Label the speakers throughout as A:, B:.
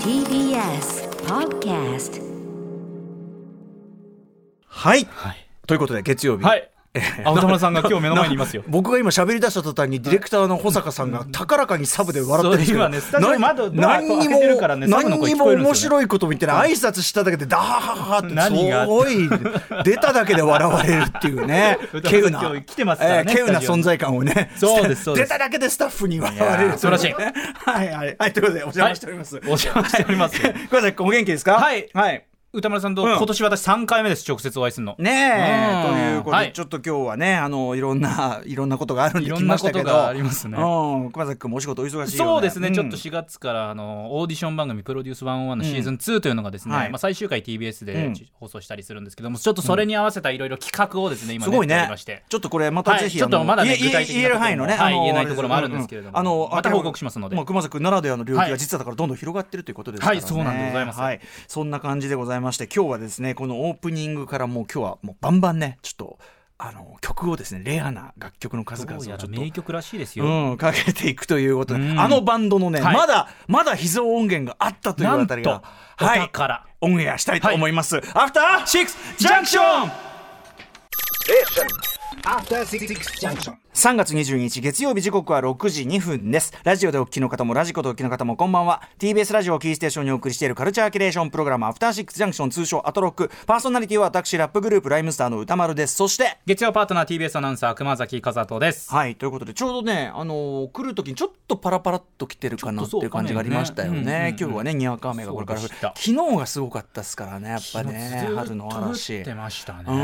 A: TBS Podcast
B: はい。
C: はい。
B: ということで、月曜日。
C: はい。青田村 さんが今日目の前にいますよ。
B: 僕が今喋り出した途端にディレクターの保坂さんが高らかにサブで笑ってるんですけど
C: そう今ねスタジオ窓ドア
B: 何に
C: 開けてるからね
B: も
C: サブの
B: 何に
C: 声聞
B: も
C: こえるんですよね
B: 面白いことも言ってない挨拶しただけでダハハハってす
C: 何が
B: ごい出ただけで笑われるっていうね
C: 歌
B: 稀有
C: 丸さん
B: な
C: 今日来てますからね
B: えー稀有な
C: スタジオに
B: 存在感をね
C: そうですそうです
B: 出ただけでスタッフに笑われ
C: いや
B: る
C: ー素晴らしい
B: はいはいはいということでお邪魔しております
C: お邪魔しております。
B: 桑崎君お元気ですか
C: はい
B: はい
C: 歌丸さんと
B: うん
C: 今年私3回目です、直接お会いするの。
B: ねえ、
C: うん
B: ということで、
C: はい
B: ちょっと今日はね、あの、いろんな、 いろんなことがあるんで
C: いろ
B: 来
C: ん
B: ま
C: な
B: し
C: こ
B: た
C: と
B: けど。
C: がありますね
B: うん、熊崎君もお仕事お忙しいよ、ね。
C: そうですね、
B: ん
C: ちょっと4月からあのオーディション番組「プロデュース101」のシーズン2というのがですね、
B: はい
C: まあ、最終回 TBS
B: う
C: で
B: ん
C: 放送したりするんですけどもちょっとそれに合わせたいろいろ企画をですね今
B: すごい
C: 練ってお
B: ね
C: りまして。
B: ちょっとこれまたぜひ、
C: はいちょっとまだね
B: あの
C: 具体的な
B: 言え言える範囲のね、
C: ところもはい
B: あの
C: 言えないところもあるんですけれども
B: あの
C: また報告しますので
B: あ熊崎君ならではの領域
C: は
B: が
C: い
B: 実はだからどんどん広がってるということですからね。
C: はいそうなんでございます
B: はい、そんな感じでございまして、今日はですね、このオープニングからもう今日はもうバンバンね、ちょっとあの曲をですね、レアな楽曲の数々
C: ど
B: を
C: う
B: ちょ
C: や
B: っ
C: ら
B: と。
C: 名曲らしいですよ、
B: うん、かけていくということで、
C: うん
B: あのバンドのね、
C: はい
B: まだ、まだ秘蔵音源があったというあたり
C: なん
B: が
C: と、
B: は
C: お
B: い、
C: 宝
B: オンエアしたいと思います。アフターシックスジャンクション
D: After Six Junction.
B: 3月22日月曜日時刻は6時2分ですラジオでお聞きの方もラジコでお聞きの方もこんばんは TBS ラジオをキーステーションにお送りしているカルチャーキュレーションプログラムアフターシックスジャンクション通称アトロックパーソナリティは私ラップグループライムスターの歌丸ですそして
C: 月曜パートナー TBS アナウンサー熊崎和人です
B: はいということでちょうどね、あのー来る時にちょっとパラパラっと来てるかなっ
C: ちょってとそう
B: いう感じがありましたよね
C: 雨ねうんうんうん
B: 今日はねにわか雨がこれから降る
C: そうでした
B: 昨日がすごかったですからねやっぱね
C: 昨日ず
B: 春
C: っと
B: の嵐
C: 降ってましたね
B: うん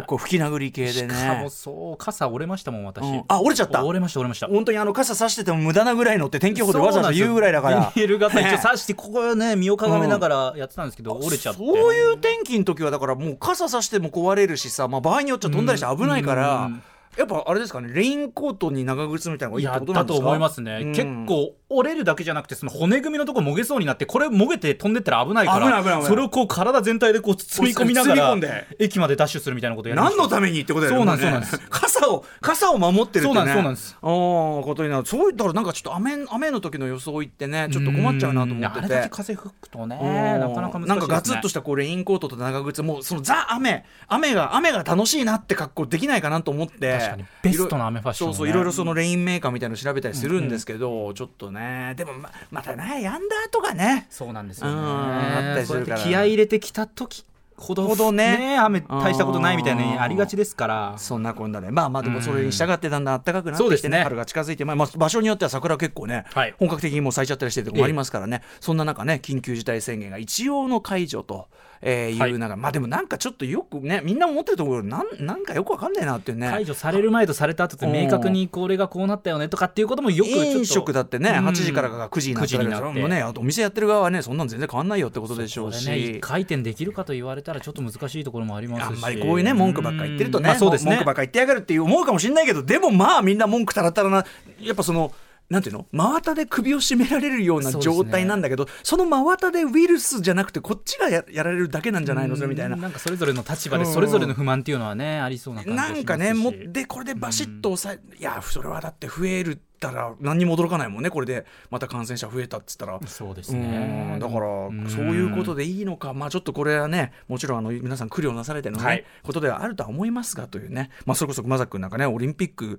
B: 結構吹き殴り系で
C: し
B: ね
C: かもそう傘折れましたもん
B: う
C: 私、
B: んあ折れちゃった
C: 折れました折れました
B: 本当にあの傘さしてても無駄なぐらいのって天気予報でわざわざ言うぐらいだから
C: ビニール傘一応
B: ね
C: 刺してここをね身をかがめながらやってたんですけど、折れちゃって
B: そういう天気の時はだからもう傘さしても壊れるしさ、まあ、場合によっちゃ飛んだりして危ないから、
C: うん
B: やっぱあれですかねレインコートに長靴みたいなのがいいっ
C: や
B: てこ
C: っ
B: とな
C: た
B: んで
C: と
B: すか
C: 思いますね、
B: うん
C: 結構折れるだけじゃなくてその骨組みのとこもげそうになってこれもげて飛んでったら危ないから
B: 危ない危ない危ない
C: それをこう体全体でこう包み込みなが
B: 包
C: ら
B: み込んで
C: 駅までダッシュするみたいなことやりま
B: 何
C: した
B: のためにってことだよね
C: そうなんです
B: もね
C: そうなんで
B: 傘を傘を守ってるって、ね、
C: そうなんですそうなんです
B: あーことになるそういったらなんかちょっと雨雨の時の装いってねちょっと困っちゃうなと思ってて
C: うんあれだけ風吹くとね
B: うん
C: なかなか難しいです、ね、
B: なんかガツッとしたこうレインコートと長靴もうそのザ雨雨が雨が楽しいなって格好できないかなと思って
C: 確かにベストな雨ファッションをね
B: そうそういろいろそのレインメーカーみたいの調べたりするんですけど、ちょっとねでもままたねやんだとかね
C: そうなんですよ
B: う
C: ね
B: んあったりす
C: そうや
B: る
C: っ
B: か
C: て
B: ら
C: 気合い入れてきた時ほど
B: ほどね
C: 雨大したことないみたいなね
B: うん
C: ありがちですから
B: そんなこんなでまあまあでもそれに従ってだんだん暖かくなって
C: そうで
B: き
C: す
B: てね
C: ね
B: 春が近づいて、まあまあ、場所によっては桜結構ね、
C: はい
B: 本格的にもう咲いちゃったりしてるところもありますからね、そんな中ね緊急事態宣言が一応の解除と、えー、
C: はいいう
B: 中、まあでもなんかちょっとよくねみんな思ってるところなんなんかよくわかんないなっていうね
C: 解除される前とされた後って明確にこれがこうなったよねとかっていうこともよくちょっと
B: 飲食だってね、
C: うん
B: 8時からが9時になってるから
C: 9時になって
B: もうねあとお店やってる側はねそんなの全然変わんないよってことでしょ
C: こ
B: う
C: れ
B: し、
C: ね一回転できるかと言われたらちょっと難しいところもありますし
B: あんまりこういうね文句ばっか言ってるとね,、
C: うんまあそうですね
B: 文句ばっか言ってやがるって思うかもしれないけどでもまあみんな文句たらたらなやっぱその。なんていうの真綿で首を絞められるような
C: そうですね
B: 状態なんだけどそ,、の真綿でウイルスじゃなくてこっちがややられるだけなんじゃないのそれみたいな
C: うんなんかそれぞれの立場でそれぞれの不満っていうのはねありそうな感じが
B: な
C: しますし
B: んかねもうでこれでバシッと抑え、いやそれはだって増えるったら何にも驚かないもんねこれでまた感染者増えたっつったら
C: そうですね
B: うんだからそういうことでいいのか、まあ、ちょっとこれはねもちろんあの皆さん苦慮なされてるの、ね
C: はい
B: ことではあるとは思いますがというね、まあ、それこそ熊崎君なんかねオリンピック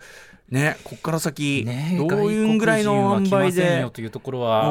B: ねこっから先、
C: ね
B: どういうぐらいの塩
C: 外国人は来
B: 梅
C: ません
B: で
C: よ。というところは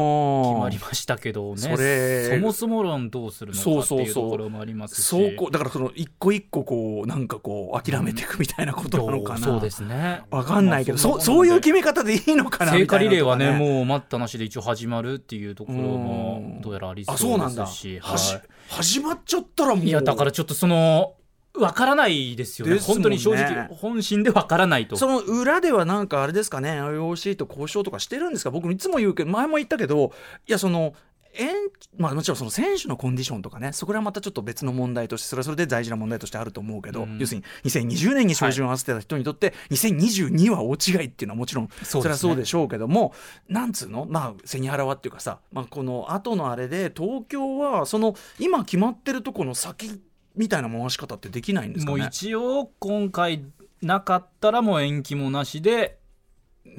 C: 決まりましたけどね
B: それ
C: もそも論どうするの
B: そう
C: かって
B: そう
C: いう
B: そう
C: ところもありますし
B: そうこうだからその一個一個こうなんかこう諦めていくみたいなことなのかな、
C: そうですね
B: わかんないけど、
C: まあ
B: そ
C: ん
B: う
C: な
B: そういう
C: もんで
B: 決め方でいいのかな
C: 聖
B: みた
C: 火
B: いな
C: リレーはね
B: う
C: もう待ったなしで一応始まるっていうところもどうやらあり
B: あそう
C: そう
B: な
C: で
B: んだ、
C: すし
B: はし
C: は
B: 始まっちゃったらもう
C: い
B: い
C: いやだからちょっとそのわからないですよね
B: ですもんね
C: 本当に正直本心でわからないと
B: その裏ではなんかあれですかね IOC と交渉とかしてるんですか僕いつも言うけど前も言ったけどいやそのえまあ、もちろんその選手のコンディションとかねそこらはまたちょっと別の問題としてそれはそれで大事な問題としてあると思うけど、
C: うん
B: 要するに2020年に照準を合わせてた人にとって、2022は大違いっていうのはもちろん
C: そうです
B: そり
C: ね
B: ゃそうでしょうけどもなんつうのまあ背に腹はっていうかさ、まあ、この後のあれで東京はその今決まってるとこの先みたいな回し方ってできないんですか
C: もう
B: ね。
C: 一応今回なかったらもう延期もなしで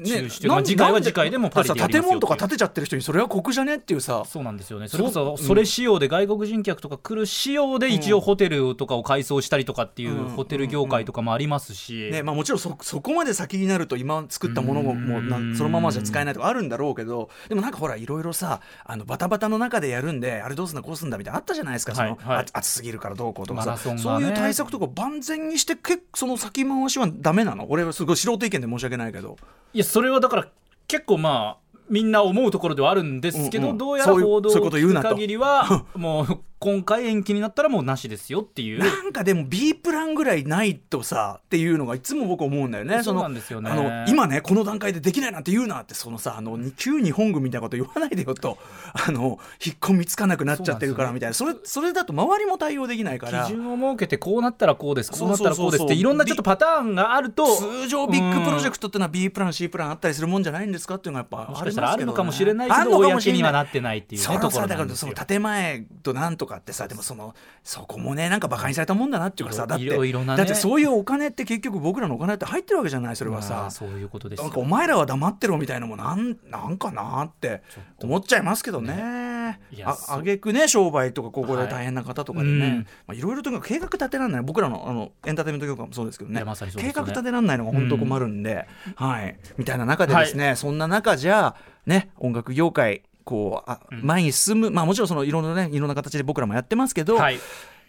C: 注意してる、
B: なん
C: まあ、次回
B: な
C: は
B: んで
C: 次回でも
B: だ
C: パ
B: か
C: リ
B: ら
C: で
B: さ
C: やります
B: 建
C: よ
B: 物とか
C: って
B: 建
C: いう
B: てちゃってる人にそれは酷じゃねっていうさ
C: そうなんですよねそれこ
B: そうう
C: そ
B: ん
C: それ仕様で外国人客とか来る仕様で一応ホテルとかを改装したりとかっていううんホテル業界とかもありますし、
B: ねまあ、もちろんそそこまで先になると今作ったものももうな
C: うん
B: そのままじゃ使えないとかあるんだろうけどでもなんかほらいろいろさあのバタバタの中でやるんであれどうすんだこうすんだみたいなのあったじゃないですかその、
C: はいは
B: あ
C: い
B: 暑すぎるからどうこうとか
C: マ
B: さ
C: ラソンがね
B: そういう対策とか万全にして結構その先回しはダメなの俺はすごい素人意見で申し訳ないけど
C: いやそれはだから結構まあみんな思うところではあるんですけど、
B: うんうん
C: どうやら
B: そういう
C: 報道を
B: そういうこと言う
C: 聞
B: な
C: く
B: と
C: 限 りはもう今回延期になったらもうなしですよっていう。
B: なんかでも B プランぐらいないとさっていうのがいつも僕思うんだよね。
C: そう
B: の
C: なんですよね
B: あの今ねこの段階でできないなんて言うなってそのさあの旧日本軍みたいなこと言わないでよと あの引っ込みつかなくなっちゃってるからみたいなそれそれだと周りも対応できないから。
C: 基準を設けてこうなったらこうですこうなったらこうです
B: そうそうそうそ
C: って
B: う
C: いろんなちょっとパターンがあると
B: 通常ビッグプロジェ
C: ト
B: クトってのは B プラン C プランあったりするもんじゃないんですかっていうのがやっぱ
C: もし
B: あ
C: か
B: り
C: したら
B: ま
C: あ
B: すけ
C: る
B: どね
C: のかもしれない
B: ある
C: けど
B: のかもし
C: 公
B: れ
C: にはなってないっていうね
B: その
C: とこ
B: さ
C: ろな
B: だ
C: ん
B: から
C: です
B: そ
C: よ
B: の建前となんとかってさでもそのそこもねなんか馬鹿にされたもんだなっていうかさだって
C: いろいろなね
B: だってそういうお金って結局僕らのお金って入ってるわけじゃないそれは
C: ま
B: さ
C: あ、そういうことです
B: な
C: よ
B: んかお前らは黙ってろみたいなのもなんなんかなって思っちゃいますけどね
C: いや
B: あ
C: そう
B: あげくね商売とかここで大変な方とかでね、
C: はいいうん
B: まあ、いろいろとにかく計画立てられない僕らのあのエンターテインメント業界もそうですけど
C: い
B: ね
C: やまさにそうです
B: 計
C: よね
B: 画立てられないのが本当困るんで、はい、みたいな中でですね、そんな中じゃあね音楽業界こうあ前に進む、まあもちろんそのいろんなねいろんな形で僕らもやってますけど、
C: はい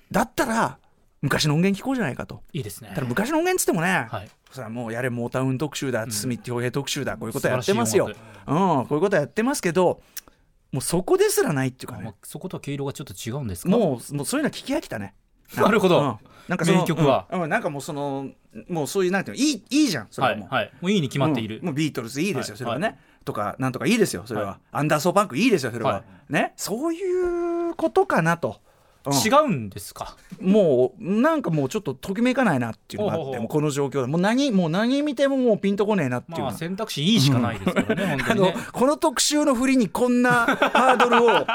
B: だったら昔の音源聞こうじゃないかと。
C: いいですね
B: ただ昔の音源っつってもね、
C: はい
B: それはもうやれモータウン特集だ堤恭平特集だこういうことやってますよ、
C: 素晴
B: うん、こういうことやってますけどもうそこですらないっていうか
C: まあ
B: ね
C: そことは毛色がちょっと違うんですか
B: もうもうそういうのは聞き飽きたね
C: なるほど、
B: うんなんかその
C: 名曲は、
B: うんうんなんかもうそのもうそういうなんていうのいいいいじゃんそれ
C: は
B: はもう、
C: い、はい、もういいに決まっている、
B: うんもうビートルズいいですよ、
C: はい
B: それはね、
C: はい
B: とかなんとかいいですよそれは、
C: は
B: アンダーソーパンクいいですよそれは、
C: はい
B: ねそういうことかなと、うん
C: 違うんですか
B: もうなんかもうちょっとときめかないなっていうのがあって
C: ほうほうほう
B: もうこの状況でもう何もう何見てももうピンとこねえなっていうの
C: ま
B: は、
C: あ選択肢いいしかないですからね、本当
B: あ
C: に
B: の
C: ね
B: この特集の振りにこんなハードルを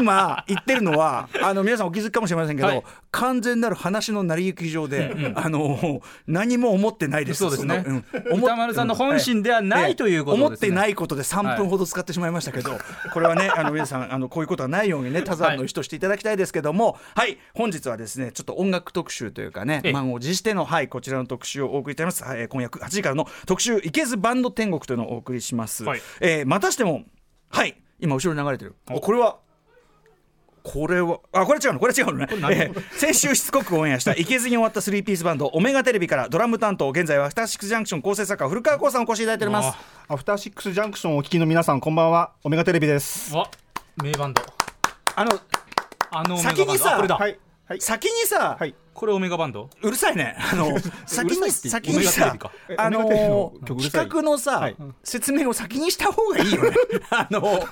B: 今言ってるのはあの皆さんお気づきかもしれませんけど、
C: はい
B: 完全なる話の成り行き上で、あの何も思ってないです
C: そうですね
B: の思っ
C: 歌丸さんの本心ではないということですね
B: 思ってないことで3分ほど使ってしまいましたけど、これはねあの皆さんあのこういうことはないようにね多山の人していただきたいですけどもはい、本日はですねちょっと音楽特集というかね
C: ええ
B: 満を持してのはいこちらの特集をお送りいたします、はい、今夜8時からの特集「いけずバンド天国」というのをお送りします、
C: はい
B: えーまたしてもはい今後ろに流れてるあこれはこれはあこれ違うのこれ違うのね、えー先週しつこくオンエアしたいけずに終わったスリーピースバンドオメガテレビからドラム担当現在はアフターシックスジャンクション構成作家古川光さんお越しいただいております
E: アフターシックスジャンクションをお聞きの皆さん、こんばんは。オメガテレビです。
C: わ名バンド
B: あの
C: あのオメガバンド
B: 先にさ
C: あこれだ、
E: はい。はい。
B: 先にさ、
E: はい
C: これオメガバンド
B: うるさいねあ の先
C: うる
B: に
C: さいって
B: 先に
C: オメガテレ
B: さ
C: ビか
E: え
B: あ
E: オメガテレビの
B: の
E: 曲うる
B: 企
E: さい
B: 画のさ、
E: はい
B: 説明を先にした方がいいよね あの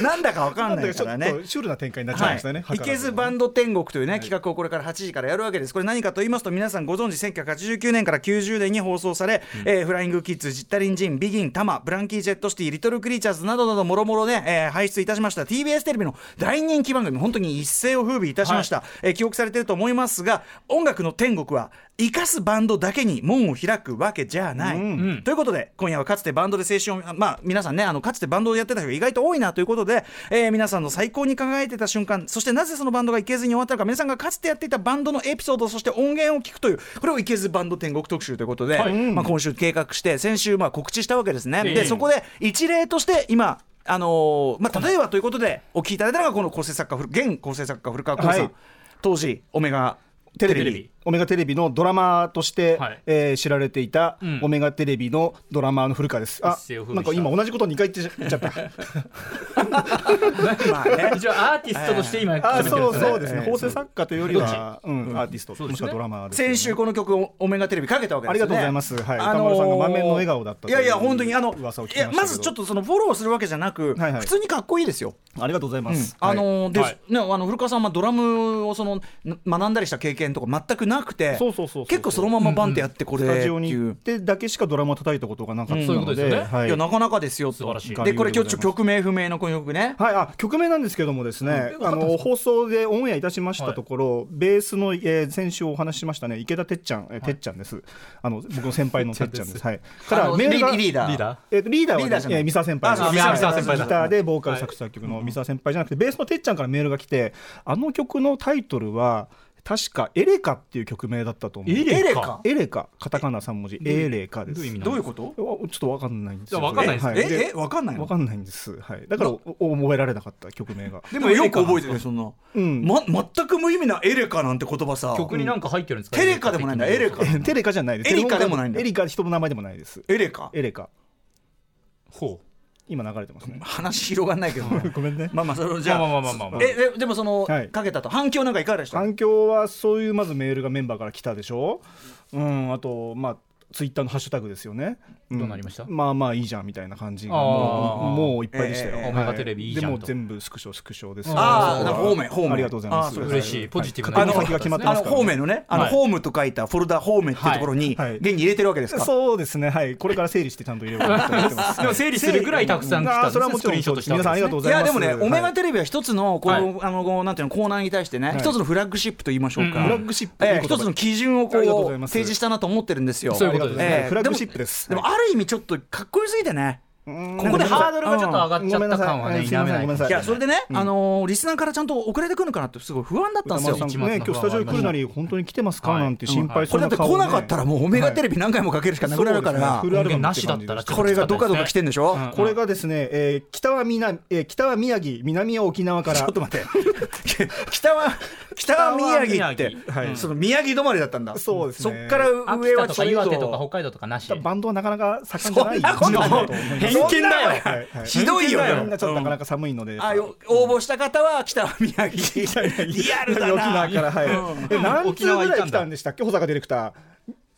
B: なんだかわかんないから
E: ちょっ
B: ね
E: とシュールな展開になっちゃい
B: は
E: ましたね。
B: い、いけずバンド天国というね、企画をこれから8時からやるわけです。これ何かと言いますと、皆さんご存知、1989年から90年に放送され、えーフライングキッズ、ジッタリンジン、ビギン、タマ、ブランキー・ジェットシティ、リトル・クリーチャーズなどなど、もろもろね、えー輩出いたしました TBS テレビの大人気番組、本当に一世を風靡いたしました、えー記憶されてると思いますが、音楽の天国は、生かすバンドだけに門を開くわけじゃない。ということで、今夜はかつてバンドで青春を、まあ、皆さんね、あの、かつてバンドをやってた人が意外と多いなということで、えー皆さんの最高に輝いてた瞬間、そしてなぜそのバンドがいけずに終わったのか、皆さんがかつてやっていたバンドのエピソード、そして音源を聞くという、これをいけずバンド天国特集ということで、まあ、今週計画して、先週、まあ、告知したわけですね。
C: え
B: で、
C: え
B: そこで一例として、今、あのーまあ、例えばということで、お聞きいただいたのが、この構成作家、古現構成作家、古川光さん、
E: はい
B: 当時、オメガ
E: テレビ
B: テレ ビ
E: オメガテレビのドラマーとして、
C: はい
E: えー知られていた、
C: ん
E: オメガテレビのドラマーの古川です。あ
C: 一世を風靡
E: なんか今同じこと2回言っちゃ言っちゃった。
B: まあね
C: 一応アーティストとして今
E: あー、
C: 決めてるん
E: そう
C: ですね
E: そうですね。法制作家というよりは、うん、アーティスト、
C: そう
E: も
C: で
E: し
C: す
E: く
C: ね
E: はドラマーですよ ね。
B: 先週この曲をオメガテレビかけたわけですね
E: ありがとうございますはい
B: あ
E: 歌丸さんが満面の笑顔だったと
B: い
E: いう
B: やいや本当にあの
E: 噂を聞きま
B: い
E: した
B: や
E: けど
B: まずちょっとそのフォローするわけじゃなく、
E: はいはい
B: 普通にかっこいいですよ
E: ありがとうございます。
B: あ
E: はい
B: のーで
C: はい
B: ねあの古川さんはドラムをそのな学んだりした経験とか全くなくて
E: そうそうそうそう
B: 結構そのままバンってやってこれ
E: スタ
B: って
E: ジオに
B: い
E: 行っ
B: う。
E: てだけしかドラマを叩いたことがなかった
C: そういうこ
E: の
C: と
E: で、
C: ですよね
E: はい
B: いやなかなかですよ
C: 素晴らしい
B: でこれ今日ちょ曲名不明のこの曲ね
E: はい、あ曲名なんですけどもですね、あの放送でオンエアいたしましたところ、ベースの、えー先週お話ししましたね池田てっちゃん、えーてっちゃんですあの僕の先輩のてっちゃんですはいから
B: あの
E: メールが
B: リリーダー
C: リーダー
E: えーとリーダー
B: リーダーじゃ
E: はね
B: ない
E: えーミサ先輩
B: あそうミサ
E: ミサ
C: ミサ先輩だ
E: ギターでボーカル作詞作曲のミサ先輩じゃなくてベースのてっちゃんからメールが来てあの曲のタイトルは確かエレカっていう曲名だったと思う
C: エレカ
E: エレカカタカナ三文字エレカで
C: ど
E: す
C: ういう意味なの
B: どういうこと
E: うわちょっとわかんないんですよ。
C: いやわかんないです
E: は
B: え
E: で
B: えわかんない
E: わ
B: の
E: かんないんです。はい。だからおお覚えられなかった曲名が。
B: でもよく覚えてるよそんな
E: うん
B: ま全く無意味なエレカなんて言葉さ
C: 曲になんか入ってるんですか
B: テレカでもないんだエレカ
E: えテレカじゃないです。
B: エリカでもないんだ
E: エリカ人の名前でもないです。
B: エレカ
E: エレカ
C: ほ
E: 今流れてますね。
B: 話広がんないけどね
E: ごめんね。
B: まあま あそれじゃ
C: まあまあまあまあまあ
B: ええでもその
E: はい
B: かけたと反響なんかいかがでした
E: 環境はそういうまずメールがメンバーから来たでしょ。うん。あとまあ。ツイッターのハッシュタグですよね、ん
C: どうなりました
E: まあまあいいじゃんみたいな感じが
C: あー
E: もうもういっぱいでしたよ、
B: えー
E: はい
C: オメガテレビいいじゃんと
E: でも全部スクショスクショです
B: あー
E: そう
B: なんか方面方面
E: ありがとうございます
B: あーそう
C: う
B: です
C: 嬉しいポジティブ
E: あ
C: な
E: の先が決まってま
B: あ
E: す
B: の
E: から、
B: ホーメのね、あの
C: はい
B: ホームと書いたフォルダホーメっていうところに、
E: はいはい
B: 現に入れてるわけですか。
E: そうですね、はい、これから整理してちゃんと入れようかなと思って ます。
C: でも整理するぐらいたくさん来たんですね
E: あそれはもち
C: スク
E: ろん、
C: リーンショットしたわけですね
E: 皆さんありがとうござい
B: や
E: ま
B: で
E: す。
B: もね、
E: はい
B: オメガテレビは一つのこの、
C: はい
B: あのなんていうのコーナーに対してね、
E: い
B: 一つのフラッグシップと言いましょうか、
E: フラッグシップ
B: ええ一つの基準をこ
E: あ
B: う
E: りがとうございます
B: 提示したなと思ってるんですよ。
C: そういうことですね
B: ええ
E: フラッグシップです
B: でもでもある意味ちょっとかっこよすぎてね。
C: うここでハードルがちょっと上がっちゃった感はね
E: うん
C: 否
E: ごめんなさ
C: めな
E: い
C: い
E: ごめんなさ
B: いやそれでね、あのーリスナーからちゃんと遅れてくるのかなってすごい不安だったんですよ
E: 歌丸さ。ん
C: 一抹
E: ね、今
C: の
E: 日スタジオに来るなり、本当に来てますかなんて心配
B: こ
E: そう
B: れだ
E: な
B: って
E: 顔
B: 来
E: をね
B: なかったらもうオメガテレビ何回もかけるしかなくなるから、
E: そうですねフルアルバム
C: 音源なしだったらちょっ
B: こ
C: と
B: れがどかどか来てんでしょ。
E: これがですね、えー北はみな、えー北は宮城、南は沖縄から。
B: ちょっと待って。北は、北は宮城って、
C: 北は宮城はい
B: その宮城止まりだったんだ。
E: そうですね
B: そっから上
C: 秋
B: はちょ
C: 田と
B: っと
C: か岩手とか北海道とかなし
E: バンドはなかなか盛んじゃ
B: そ
E: ない
B: んなことない
E: だと思います
B: 偏見だよ
E: はいはい
B: ひどいよ
E: みんなちょっとなかなか寒いので。
B: あよ応募した方は北は宮城。リアルだ
E: 沖縄
B: な。
E: からはい。え何通ぐらい来たんでしたっけ、保坂ディレクター。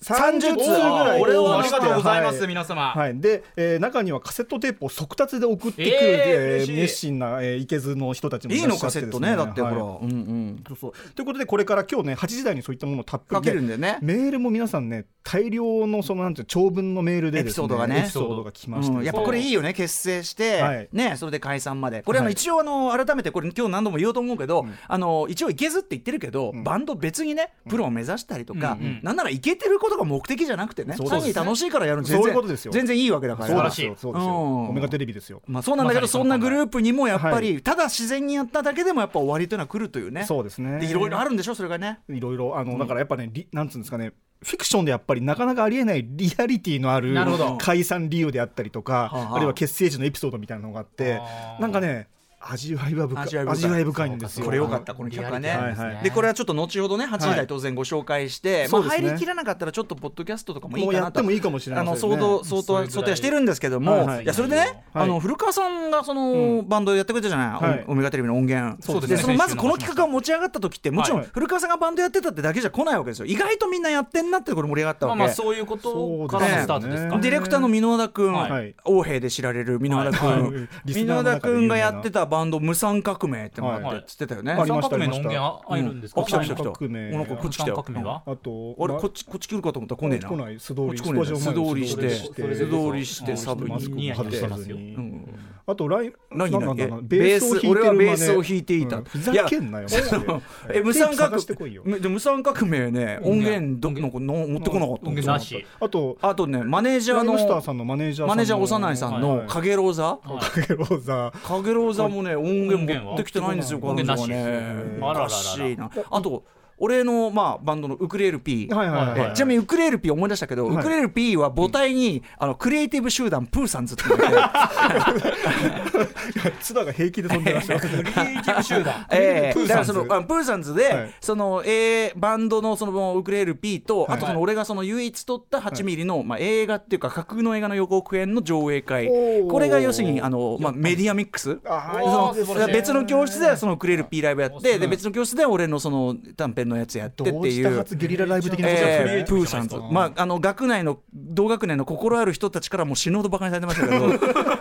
B: 30通
E: ぐらい。
B: 俺は
C: ありがとうございま
E: は
C: す皆様
E: はい、で、えー中にはカセットテープを速達で送ってくる、
C: えー
E: えー
C: 嬉しい
E: 熱心な、えー、いけずの人たちも
B: い
E: い
B: い
E: らっ
B: の
E: しゃ
B: カ
E: っ
B: セ
E: てで
B: ッ
E: す
B: ト
E: ね
B: ね。だってほら。
E: はい
B: うんうん。
E: そうそうということでこれから今日ね8時台にそういったものをたっぷり
B: かけるんでね
E: メールも皆さんね大量のそのなんていうの長文のメールで
B: エ
E: です、ね、
B: ピソードがね
E: エピソードが来ましたね、
B: うんやっぱこれいいよね結成して、
E: はい
B: ねそれで解散までこれあの
E: はい
B: 一応あの改めてこれ今日何度も言おうと思うけど、あの一応いけずって言ってるけど、バンド別にねプロを目指したりとか、なんならいけてることが目的じゃなくてね
E: そうです
B: 単に楽しいからやるの全然
E: そういうことですよ
B: 全然いいわけだから
E: そうです
C: 素晴ら
E: よ
C: しい
E: そうですよ
B: うん
E: オメガテレビですよ
B: まあ、そうなんだけど、
C: まさ
B: そ
C: に
B: んなグループにもやっぱり、
E: は
B: ただ自然にやっただけでもやっぱ終わりというのは来るというね
E: そうですね
B: でいろいろあるんでしょそれがね
E: いろいろあのだからやっぱね、りなんつうんですかねフィクションでやっぱりなかなかありえないリアリティのある
C: なるほど
E: 解散理由であったりとか
B: あはあ
E: あるいは結成時のエピソードみたいなのがあってなんかね味わいは深い
B: 味
E: 味
B: わ
E: わ
B: い
E: い
B: 深い
E: 深いんですよ
B: これよかったこの曲はね
E: リアリティありますね
B: でこれはちょっと後ほどね8時台当然ご紹介して、
E: そ
B: ま
E: う
B: あ、
E: ですね
B: 入りきらなかったらちょっとポッドキャストとかもいい
E: もう
B: か
E: や
B: な
E: って
B: と
E: もいいかもしれ
B: あ
E: ない
B: の
E: です
B: 想
E: よ
B: 像
E: ね
B: 相
C: それぐ
B: 当
C: らい
B: 想定はしてるんですけども、
E: はい
B: い
E: はい
B: やそれでね、
E: はい
B: あの古川さんがその、バンドやってくれたじゃない、
E: はい
B: オメガテレビの音源
C: そうです
B: で
C: ね
B: そのまずこの企画が持ち上がった時ってもちろん
E: はい
B: 古川さんがバンドやってたってだけじゃ来ないわけですよ意外とみんなやってんなってこれ盛り上がった
C: ま
B: わ
C: あ
B: け、
C: まあそういうことからのスタートです
E: そう
C: か
B: ディレクターの箕輪田君、
E: はい
B: 王兵で知られる箕輪田君、
E: はいリス
B: 箕
E: ナ
B: 輪
E: ー
B: 田
E: の中で有
B: 君
E: 名な
B: がやってたバンド「無産革命」ってのがあって
C: はい
B: っつってたよね、
E: あり
C: 三
E: ました
C: 角名の音源あ入るんですか
B: あ来た来た来た
E: 三角名
B: おなんかこっち来た
C: 三
B: よ
C: 角名は
E: あと
B: あれ
E: な
B: こっちこっち来るかと思ったら来ねえな
E: こっち来ない素通り
B: こっち来ねえな
E: ス
B: 素
E: タジ
B: 通
E: オ前
B: り
E: の
B: し
E: 素
B: て素通りし
E: 通りして
B: てサブ
E: マスクも
C: ニヤニヤ
E: 外
C: して
E: さ
C: ます
E: ず
C: よ
E: に、
B: ん
E: あとライ
B: 何
E: なんだなんだ
B: 何
E: ベースを弾いてる
B: 俺は
E: 真似
B: ベースを弾いていた
E: うんふざけんなよマジで
B: え無産
E: テープ探
B: 革
E: してこいよ
B: むで無産革命ね音源どなんかの持ってこなかったん
C: 音
B: です
C: 源
B: よ
C: なし
E: あと
B: あとねマネージャー
E: ライ
B: の
E: ムスターさんのマネージャーさんの
B: マネージャー幼いさん
E: は
B: の
E: い
B: かげろう座
E: かけろうざ
B: かげろう座もね音源持ってきてないんですよ
C: 音
B: 彼女
C: 源
B: はね
C: 音源なしあらららら
B: おかしいなあと俺のまあバンドのウクレレル P
E: はいはいはい
B: えちなみにウクレレル P 思い出したけど、
E: い
B: ウクレレル P は母体に、あのクリエイティブ集団プーさんズって いうのが
E: 津田が平気で飛んで ました
B: 集団
E: プー
B: だから
E: さんズ
B: そのあプーさんズで、
E: はい
B: その、えーバンドのそのウクレレル P と、あとその俺がその唯一撮った8ミリの、まあ、映画っていうか架空の映画の予告編の上映会
E: おー
B: これが要するにあの、まあ、メディアミックス
E: あー
B: その
E: いいですね
B: 別の教室ではそのウクレレル P ライブやってで別の教室では俺のその短編連のやつやってって
E: 同時
B: い
E: 多
B: う。
E: 発ゲリラライブ的なことです
B: え
E: ね
B: ー、プーさんと、まあ、あの学内の同学年の心ある人たちからもう死ぬほどバカにされてましたけ ど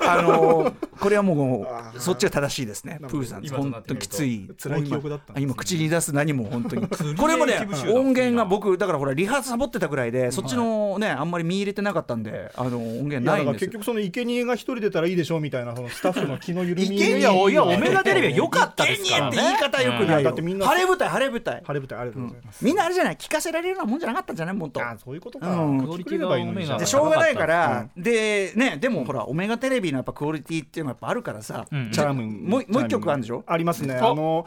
B: あのこれはもうそっちが正しいですねプーさん
E: 今とな
B: 本
E: って
B: 当
E: み
B: に
E: る
B: き
E: と
B: つい
E: 辛い記憶だったんですね
B: 今口に出す何も本当にこれもね音源が僕だからほらリハーサボってたぐらいでそっちのねあんまり見入れてなかったんであの音源
E: いや
B: ない
E: だか
B: ん
E: ら
B: です
E: 結
B: よ
E: 局その生贄が一人出たらいいでしょうみたいなそのスタッフの気の緩み
B: いけんやおいやおめがテレビは良かったですすからね。言い方よく
E: ないよ
B: だってみんな晴れ舞台晴れ舞台。
E: 晴れ舞台ありがとうございます、
B: みんなあれじゃない聞かせられるようなもんじゃなかったんじゃないもっと。
E: ああそういうことか、
B: うん
E: 来てくれればいいのにじゃあ
B: でしょうがないから、でねでもほらオメガテレビのやっぱクオリティっていうのはやっぱあるからさ。
C: ん
E: チャームン
B: もうもう一曲あるんでしょ。
E: ありますねあの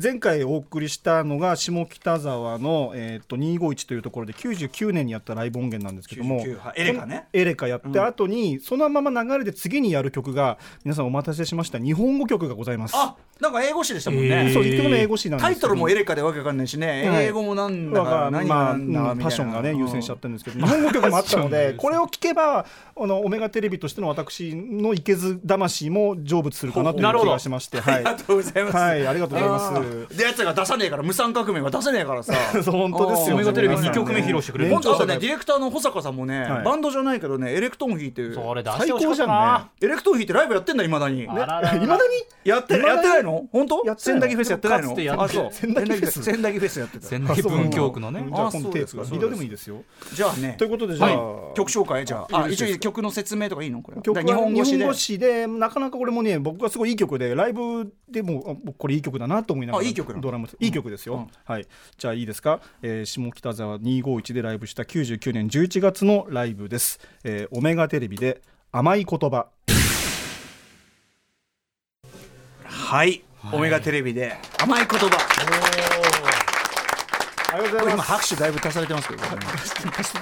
E: 前回お送りしたのが下北沢の、えー、と251というところで99年にやったライブ音源なんですけども
B: 99はいエレカね
E: エレカやって後に、そのまま流れで次にやる曲が皆さんお待たせしました日本語曲がございます
B: あなんか英語詞でしたもん
C: えー
B: ね。
E: そう一曲目英語詞なんです
B: タ
E: け
B: イ
E: ど
B: トルもエレカでわけわかんないしね、
E: はい
B: 英語もなんだ
E: だ
B: か
E: からら
B: 何
E: ま
B: が
E: あ、
B: なん
E: う
B: だみたいな、
E: んパッションがね優先しちゃってるんですけど日本語曲もあっ たのでこれを聞けばあのオメガテレビとしての私のいけず魂も成仏するかなという
C: なるほ
E: 気
C: ど
E: がしましてはい
B: ありがとうございます。
E: はいありがとうございます
B: でやつが出さねえから無産革命が出せねえからさ
E: そう本当ですよ
B: オメガテレビ
C: 二曲目披露してくれる
B: 本当はねディレクターの保坂さんもね、
E: はい
B: バンドじゃないけどねエレクトーン弾いてる
C: それ出し
E: 最
C: てほしかっ
E: 高じゃ
C: た
E: ん
C: な
E: ね
B: エレクトーン弾いてライブやってんだいまだに
C: あららら
E: いまだに
B: やってやってないの本当
E: やってな
B: 千
E: い
B: 駄木フェスやってないの
C: かつてやって
B: あそう
E: 千駄木フェス
B: 千駄木フェスやってた
C: 仙台文京区のね
E: じゃあこ
B: あそ
E: の
B: う
E: テ
B: で
E: ー
B: す
E: プ
B: か
E: がビデオでもいいですよ。
B: じゃあね
E: ということでじゃあ、
B: はい、曲紹介じゃああ一応曲の説明とかいいのこれ
E: 曲は
B: だから日本語詞で
E: でなかなかこれもね僕はすごいいい曲でライブでもあ僕これいい曲だなと思いながら
B: あいい曲なの
E: ドラムいい曲ですよ、はいじゃあいいですか、えー下北沢251でライブした99年11月のライブです、えーオメガテレビで甘い言葉
B: はい、オメガテレビで甘い言葉
E: ありがとうご
B: 今拍手だいぶ足されてますけど
E: す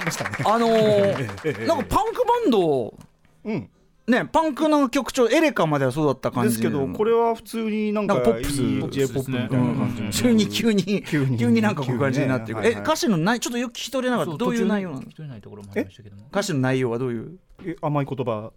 E: ましたね
B: あの ー、なんかパンクバンド
E: うん
B: ねパンクの曲調エレカまではそうだった感
E: で
B: じ
E: すけどこれは普通になんか
B: なんかポップス
E: いい J−POP みたいな感じの
B: 急に急に急
E: 急
B: に
E: に
B: なんかこういう感じになっていく、
E: 急にねはい
B: え
E: はい
B: 歌詞の内ちょっとよく聞き取れなかったどういう内容なの
C: 聞き取れないところもありましたけども
B: 歌詞の内容はどういう
E: え甘い言葉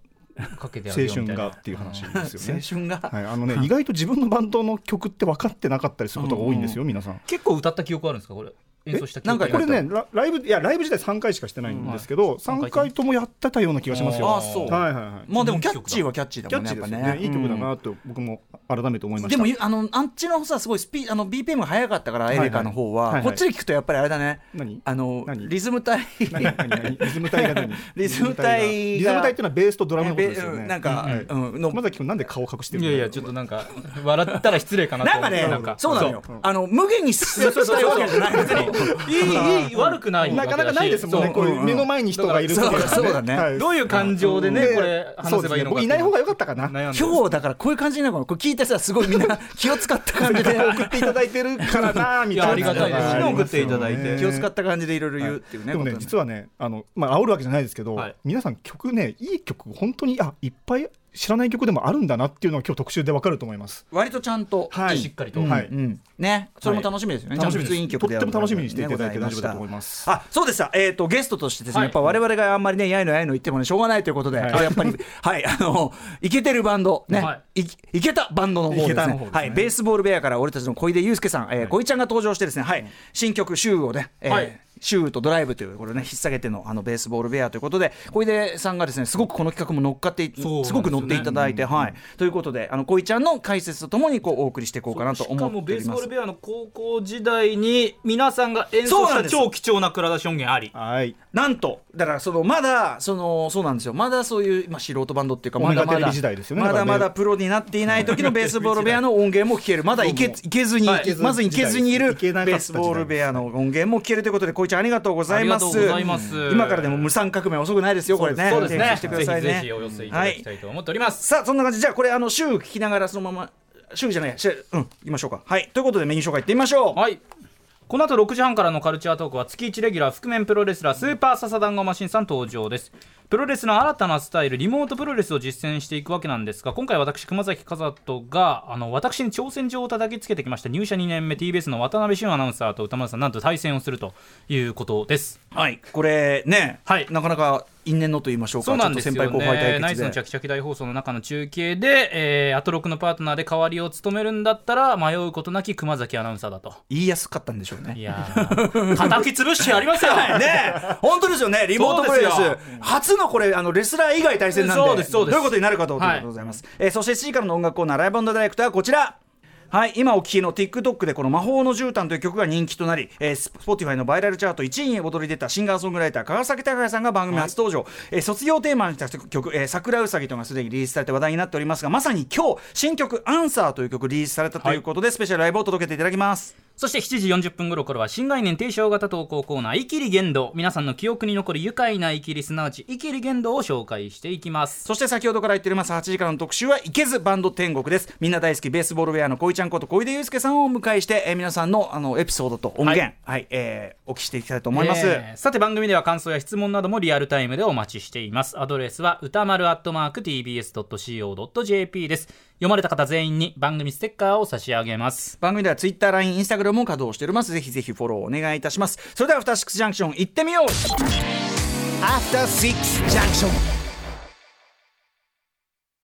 C: かけてあ
E: 青
C: げようみ
E: 春
C: たいな
E: がっていう話ですよ
B: 青
E: ね
B: 春が、
E: はい、あのね、意外と自分のバンドの曲って分かってなかったりすることが多いんですよ、皆さん。
C: 結構歌った記憶あるんですかこれ演奏した記
B: なん
C: 憶
B: か
C: あり
E: こ
C: ます
E: れね、ラライブ、いや、ライブ自体3回しかしてないんですけど、三
C: はい
E: 3回ともやってたような気がしますよ。
B: あーそう
E: はいはいはい。
B: まあでもキャッチーはキャッチーだ
E: キャ
B: もん
E: ッ
B: ねやっぱ
E: チーですよ
B: ね
E: ね。いい曲だなと、僕も改めて思いまし
B: で
E: た。
B: もあのあっちのさすごいスピあの BPM が速かったから
E: い
B: エ
E: はい
B: レカの方は,、
E: はいはい
B: こっちで聞くとやっぱりあれだね
E: 何
B: あの
E: 何
B: リズム隊
E: 何何何リズム隊が何
B: リズム隊が
E: リズム隊がリズム隊っていうのはベースとドラムのことですよ
B: え
E: ね。
B: べなんか
E: はい
B: うんの
E: まだ君なんで顔隠してる
C: い
E: の
C: やいやちょっとなんか笑ったら失礼かなと
B: なん
C: 思
B: か
C: って
B: ねそうなのよあの無限に進
C: そう
B: したいわけじゃないの
C: 別にいいいい悪くない
E: なかなかないですもんね、
C: そう
E: こういう目の前に人がいるっていのは
B: そうそうだね
E: はい
C: どういう感情でね
E: で
C: これ話せばいいの
E: そうですね僕
C: か
E: いない方が良かったかな。
C: 悩んで
B: 今日だからこういう感じになるかもこれ聞いてさすごいみんな 気を使った感じ で
E: 送っていただいてるからなみ
C: いや
E: た
C: あ
E: い
C: り
E: な
C: がたいです
E: のがあり
C: 送
E: ま
C: っ
E: す
C: て
E: よ
C: い
E: ね
C: ただいて
B: 気を使った感じでいろいろ言うっていうね
E: でもね
B: こと
E: 実はねあの、まあ煽るわけじゃないですけど、
C: はい
E: 皆さん曲ねいい曲本当にあいっぱい知らない曲でもあるんだなっていうのが今日特集でわかると思います。
B: 割とちゃんと
E: はい
C: しっかりと
E: はい
B: うんね、それも楽しみですよね。
E: はい楽しみです
B: ちゃんといい曲で
E: とっても楽しみにしていただいて大丈夫だと思います
B: あ、そうでした。えっ、とゲストとしてですね、
C: はい
B: やっぱ我々があんまりねやいのやいの言ってもねしょうがないということで、
E: はい
B: あやっぱり はいあのイケてるバンドね、、
C: はい
B: イケたバンドの方です
E: イケた
B: ね
E: の方ですね
B: はい、ベースボールベアから俺たちの小出祐介さん、えー、小出ちゃんが登場してですね、はい、新曲シューをね、えー
C: はい
B: シューとドライブというこれね引っ提げてのあのベースボールベアということで小出さんがですねすごくこの企画も乗っかってい
C: そうなんですすよね
B: ごく乗っていただいて、はいということであの小出ちゃんの解説とともにこうお送りしていこうかなと思っております。
C: しかもベースボールベアの高校時代に皆さんが演奏
B: そう
C: し
B: なん
C: た
B: です
C: 超貴重な蔵出し音源あり
E: はい。
B: なんとだからそのまだそのそうなんですよまだそういう、まあ、素人バンドっていうか
E: オ
B: ま
E: メガ
B: だま
E: テレ
B: だ
E: ビ時代ですよね
B: まだま
E: だから
B: だ
E: ね
B: プロになっていない時 のベースボールベアの音源も聴けるまだいけいけずに、
C: はい
B: まずいけずにいる
E: いけ
B: ベ
E: なかった時代
B: ースボールベアの音源も聴けるということでこいちゃんありがとうございます
C: ありがとうございます
B: 今からでも無産革命遅くないですよこれね
C: そうです
B: 提
C: ね
B: 出してくださいね
C: ぜひぜひお寄せいただきたいと思っております、
B: さあそんな感じじゃあこれあの週聞きながらそのまま週じゃない週うん行きましょうかはいということでメニュー紹介いってみましょう
C: はい。この後6時半からのカルチャートークは月1レギュラー覆面プロレスラースーパーササダンゴマシンさん登場です。プロレスの新たなスタイルリモートプロレスを実践していくわけなんですが今回私熊崎和人があの私に挑戦状を叩きつけてきました入社2年目 TBS の渡辺俊アナウンサーと歌丸さんなんと対戦をするということです
B: はい、これね、
C: はい
B: なかなか因縁のと言いましょうか、
C: そうなんですよ、ね、
B: ちょっと先輩後輩
C: ナ
B: 対
C: イスのチ
B: 決
C: ャキチャキ大放送の中の中継で、えー、アトロクのパートナーで代わりを務めるんだったら迷うことなき熊崎アナウンサーだと
B: で、言いやすかったんでしょうね。
C: いやー 叩き潰してやりますよ
B: ねえ本当ですよね、リモートプロレス
C: そうです、
B: 初のこれ、あのレスラー以外対戦なんで、
C: そうですそうです
B: どういうことになるかということでございます。えーそして、C からの音楽コーナー、ライブディレクターはこちら。はい、今お聴きの TikTok でこの「魔法の絨毯」という曲が人気となり、えー、Spotify のバイラルチャート1位に躍り出たシンガーソングライター川崎隆也さんが番組初登場、えー卒業テーマにした曲「えー桜うさぎ」というのがすでにリリースされて話題になっておりますがまさに今日新曲「アンサーという曲リリースされたということで、スペシャルライブを届けていただきます。
C: そして7時40分頃からは新概念提唱型投稿コーナー「イキリ言動」皆さんの記憶に残る愉快なイキリすなわちイキリ言動を紹介していきます
B: そして先ほどから言っております8時からの特集は「いけずバンド天国」ですみんな大好きベースボールウェアの小井ちゃんこと小出祐介さんをお迎えして、えー皆さんのあのエピソードと音源、はいえーお聞きしていきたいと思います、
C: えーさて番組では感想や質問などもリアルタイムでお待ちしていますアドレスは歌丸 @tbs.co.jp です読まれた方全員に番組ステッカーを差し上げます
B: 番組では TwitterLINE、Instagram も稼働しておりますぜひぜひフォローお願いいたしますそれでは「アフターシックスジャンクション」行ってみよう
D: After Six Junction.